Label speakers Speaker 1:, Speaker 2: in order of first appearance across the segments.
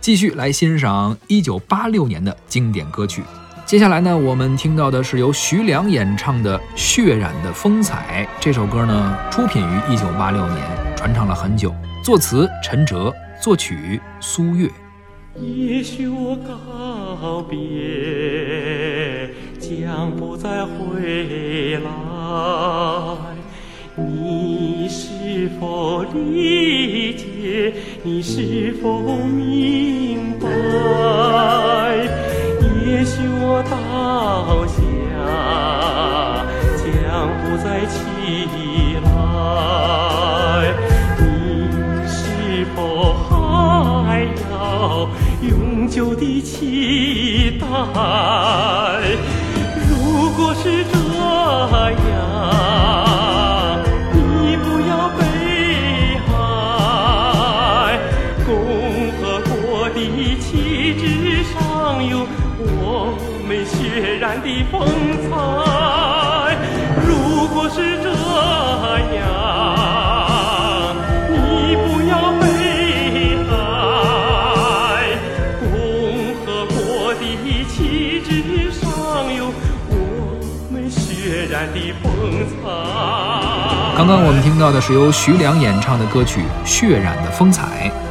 Speaker 1: 继续来欣赏1986年的经典歌曲。接下来呢，我们听到的是由徐良演唱的《血染的风采》这首歌呢，出品于1986年，传唱了很久。作词陈哲，作曲苏越。
Speaker 2: 也许我告别，将不再回来。你是否理解？你是否明白？也许我倒下，将不再起来。你是否还要永久的期待？如果是这样，你不要悲哀。共和国的旗帜上有我们血染的风采。如果是这样，你不要悲哀。共和国的旗帜上有我们血染的风采。
Speaker 1: 刚刚我们听到的是由徐良演唱的歌曲《血染的风采》。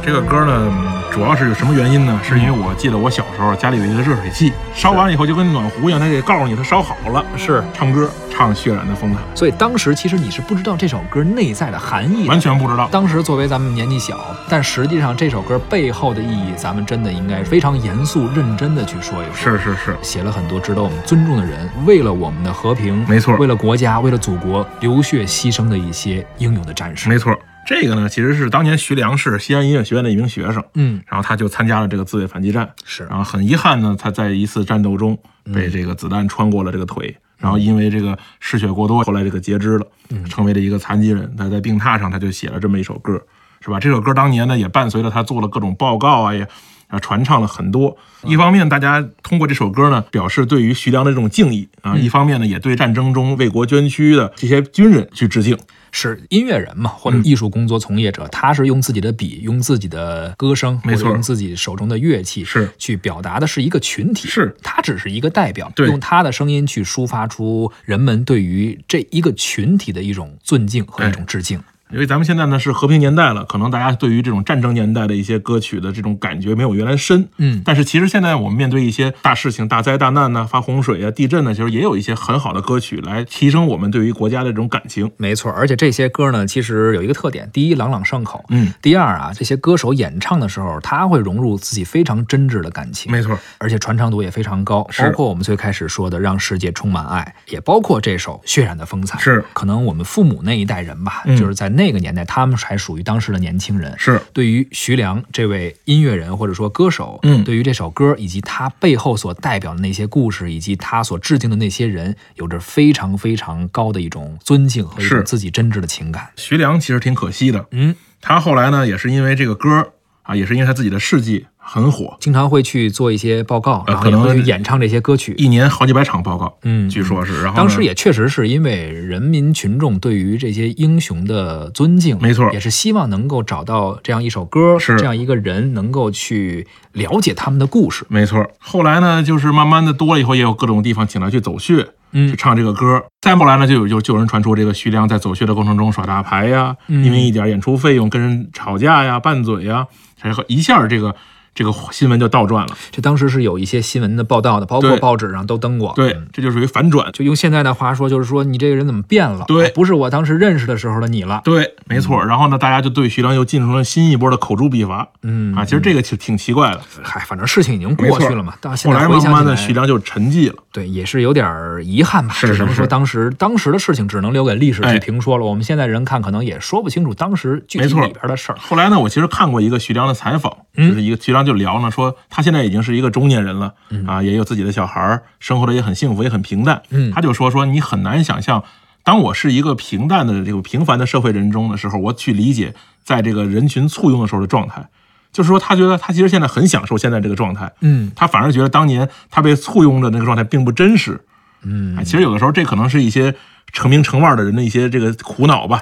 Speaker 3: 这个歌呢，嗯主要是有什么原因呢？是因为我记得我小时候家里有一个热水器，烧完了以后就跟暖壶一样，它得告诉你它烧好了。
Speaker 1: 是
Speaker 3: 唱歌唱《血染的风采
Speaker 1: 所以当时其实你是不知道这首歌内在的含义》，的
Speaker 3: 完。全不知道。
Speaker 1: 当时作为咱们年纪小，但实际上这首歌背后的意义，咱们真的应该非常严肃、认真的去说一说。
Speaker 3: 是是是，
Speaker 1: 写了很多值得我们尊重的人，为了我们的和平，
Speaker 3: 没错
Speaker 1: 为了国家，为了祖国流血牺牲的一些英勇的战士。
Speaker 3: 没错。这个呢，其实是当年徐良是西安音乐学院的一名学生，
Speaker 1: 嗯，
Speaker 3: 然后他就参加了这个自卫反击战。
Speaker 1: 是嗯
Speaker 3: 然后很遗憾呢，他在一次战斗中被这个子弹穿过了这个腿，然后因为这个失血过多，后来这个截肢了，
Speaker 1: 嗯
Speaker 3: 成为了一个残疾人。他在病榻上，他就写了这么一首歌，是吧？这首歌当年呢，也伴随着他做了各种报告啊，也啊传唱了很多。
Speaker 1: 嗯
Speaker 3: 一方面，大家通过这首歌呢，表示对于徐良的这种敬意啊；
Speaker 1: 嗯
Speaker 3: 一方面呢，也对战争中为国捐躯的这些军人去致敬。
Speaker 1: 是音乐人嘛，或者艺术工作从业者，他是用自己的笔，用自己的歌声，
Speaker 3: 嗯没
Speaker 1: 或者
Speaker 3: 错
Speaker 1: 用自己手中的乐器，
Speaker 3: 是
Speaker 1: 去表达的是一个群体，
Speaker 3: 是
Speaker 1: 他只是一个代表，
Speaker 3: 对
Speaker 1: 用他的声音去抒发出人们对于这一个群体的一种尊敬和一种致敬。
Speaker 3: 因为咱们现在呢是和平年代了，可能大家对于这种战争年代的一些歌曲的这种感觉没有原来深，
Speaker 1: 嗯
Speaker 3: 但是其实现在我们面对一些大事情、大灾大难呐、发洪水啊、地震呢，其实也有一些很好的歌曲来提升我们对于国家的这种感情。
Speaker 1: 没错，而且这些歌呢，其实有一个特点：第一，朗朗上口；
Speaker 3: 嗯，
Speaker 1: 第二啊，这些歌手演唱的时候，他会融入自己非常真挚的感情。
Speaker 3: 没错，
Speaker 1: 而且传唱度也非常高，
Speaker 3: 是
Speaker 1: 包括我们最开始说的《让世界充满爱》，也包括这首《血染的风采》。
Speaker 3: 是
Speaker 1: 可能我们父母那一代人吧，
Speaker 3: 嗯
Speaker 1: 就是在那个年代，他们还属于当时的年轻人。
Speaker 3: 是
Speaker 1: 对于徐良这位音乐人或者说歌手，
Speaker 3: 嗯
Speaker 1: 对于这首歌以及他背后所代表的那些故事，以及他所致敬的那些人，有着非常非常高的一种尊敬和一种
Speaker 3: 是
Speaker 1: 自己真挚的情感。
Speaker 3: 徐良其实挺可惜的，
Speaker 1: 嗯，
Speaker 3: 他后来呢也是因为这个歌啊，也是因为他自己的事迹很火，
Speaker 1: 经常会去做一些报告，
Speaker 3: 呃
Speaker 1: 然后也
Speaker 3: 可能
Speaker 1: 会去演唱这些歌曲。
Speaker 3: 一年好几百场报告，
Speaker 1: 嗯
Speaker 3: 据说是，然后呢
Speaker 1: 当时也确实是因为人民群众对于这些英雄的尊敬，
Speaker 3: 没错
Speaker 1: 也是希望能够找到这样一首歌，
Speaker 3: 是
Speaker 1: 这样一个人，能够去了解他们的故事。
Speaker 3: 没错。后来呢，就是慢慢的多了以后，也有各种地方请他去走穴，
Speaker 1: 嗯
Speaker 3: 去，唱这个歌。再后来呢，就有就就有人传出这个徐良在走穴的过程中耍大牌呀，
Speaker 1: 嗯
Speaker 3: 因为一点演出费用跟人吵架呀、拌嘴呀，然后一下这个这个新闻就倒转了。
Speaker 1: 这当时是有一些新闻的报道的，包括
Speaker 3: 对
Speaker 1: 报纸上都登过。
Speaker 3: 对
Speaker 1: 嗯，
Speaker 3: 这就属于反转。
Speaker 1: 就用现在的话说，就是说你这个人怎么变了？
Speaker 3: 对
Speaker 1: 哎不是我当时认识的时候的你了。
Speaker 3: 对，没错。然后呢，大家就对徐良又进入了新一波的口诛笔伐
Speaker 1: 嗯
Speaker 3: 啊。其实这个挺挺奇怪的。
Speaker 1: 嗨，反正事情已经
Speaker 3: 没
Speaker 1: 过
Speaker 3: 错
Speaker 1: 去了嘛。到现
Speaker 3: 后
Speaker 1: 在
Speaker 3: 来
Speaker 1: 回
Speaker 3: 慢
Speaker 1: 想
Speaker 3: 慢
Speaker 1: 起
Speaker 3: 的，
Speaker 1: 来
Speaker 3: 徐良就沉寂了。
Speaker 1: 对，也是有点儿遗憾吧，
Speaker 3: 是
Speaker 1: 只能
Speaker 3: 是
Speaker 1: 说
Speaker 3: 是
Speaker 1: 当时当时的事情只能留给历史去
Speaker 3: 哎
Speaker 1: 评说了。我们现在人看，可能也说不清楚当时具体
Speaker 3: 没错
Speaker 1: 里边的事儿。
Speaker 3: 后来呢，我其实看过一个徐良的采访，
Speaker 1: 嗯
Speaker 3: 就是一个徐良就聊呢，说他现在已经是一个中年人了，啊，也有自己的小孩儿，生活的也很幸福，也很平淡。
Speaker 1: 嗯
Speaker 3: 他就说说你很难想象，当我是一个平淡的这个平凡的社会人中的时候，我去理解在这个人群簇拥的时候的状态。就是说，他觉得他其实现在很享受现在这个状态，
Speaker 1: 嗯，
Speaker 3: 他反而觉得当年他被簇拥着那个状态并不真实。哎嗯，其实有的时候这可能是一些成名成腕的人的一些这个苦恼吧。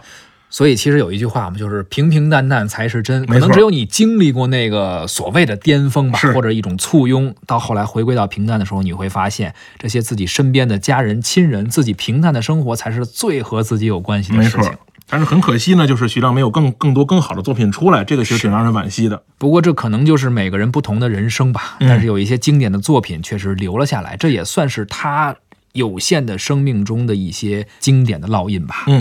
Speaker 1: 所以其实有一句话嘛，就是平平淡淡才是真。可
Speaker 3: 没错
Speaker 1: 能只有你经历过那个所谓的巅峰吧
Speaker 3: 是，
Speaker 1: 或者一种簇拥，到后来回归到平淡的时候，你会发现这些自己身边的家人、亲人，自己平淡的生活才是最和自己有关系的
Speaker 3: 没
Speaker 1: 事
Speaker 3: 错
Speaker 1: 情。。
Speaker 3: 但是很可惜呢，就是徐亮没有更更多更好的作品出来，这个其实挺让人惋惜的。
Speaker 1: 不过这可能就是每个人不同的人生吧。
Speaker 3: 嗯
Speaker 1: 但是有一些经典的作品确实留了下来，这也算是他有限的生命中的一些经典的烙印吧。
Speaker 3: 嗯，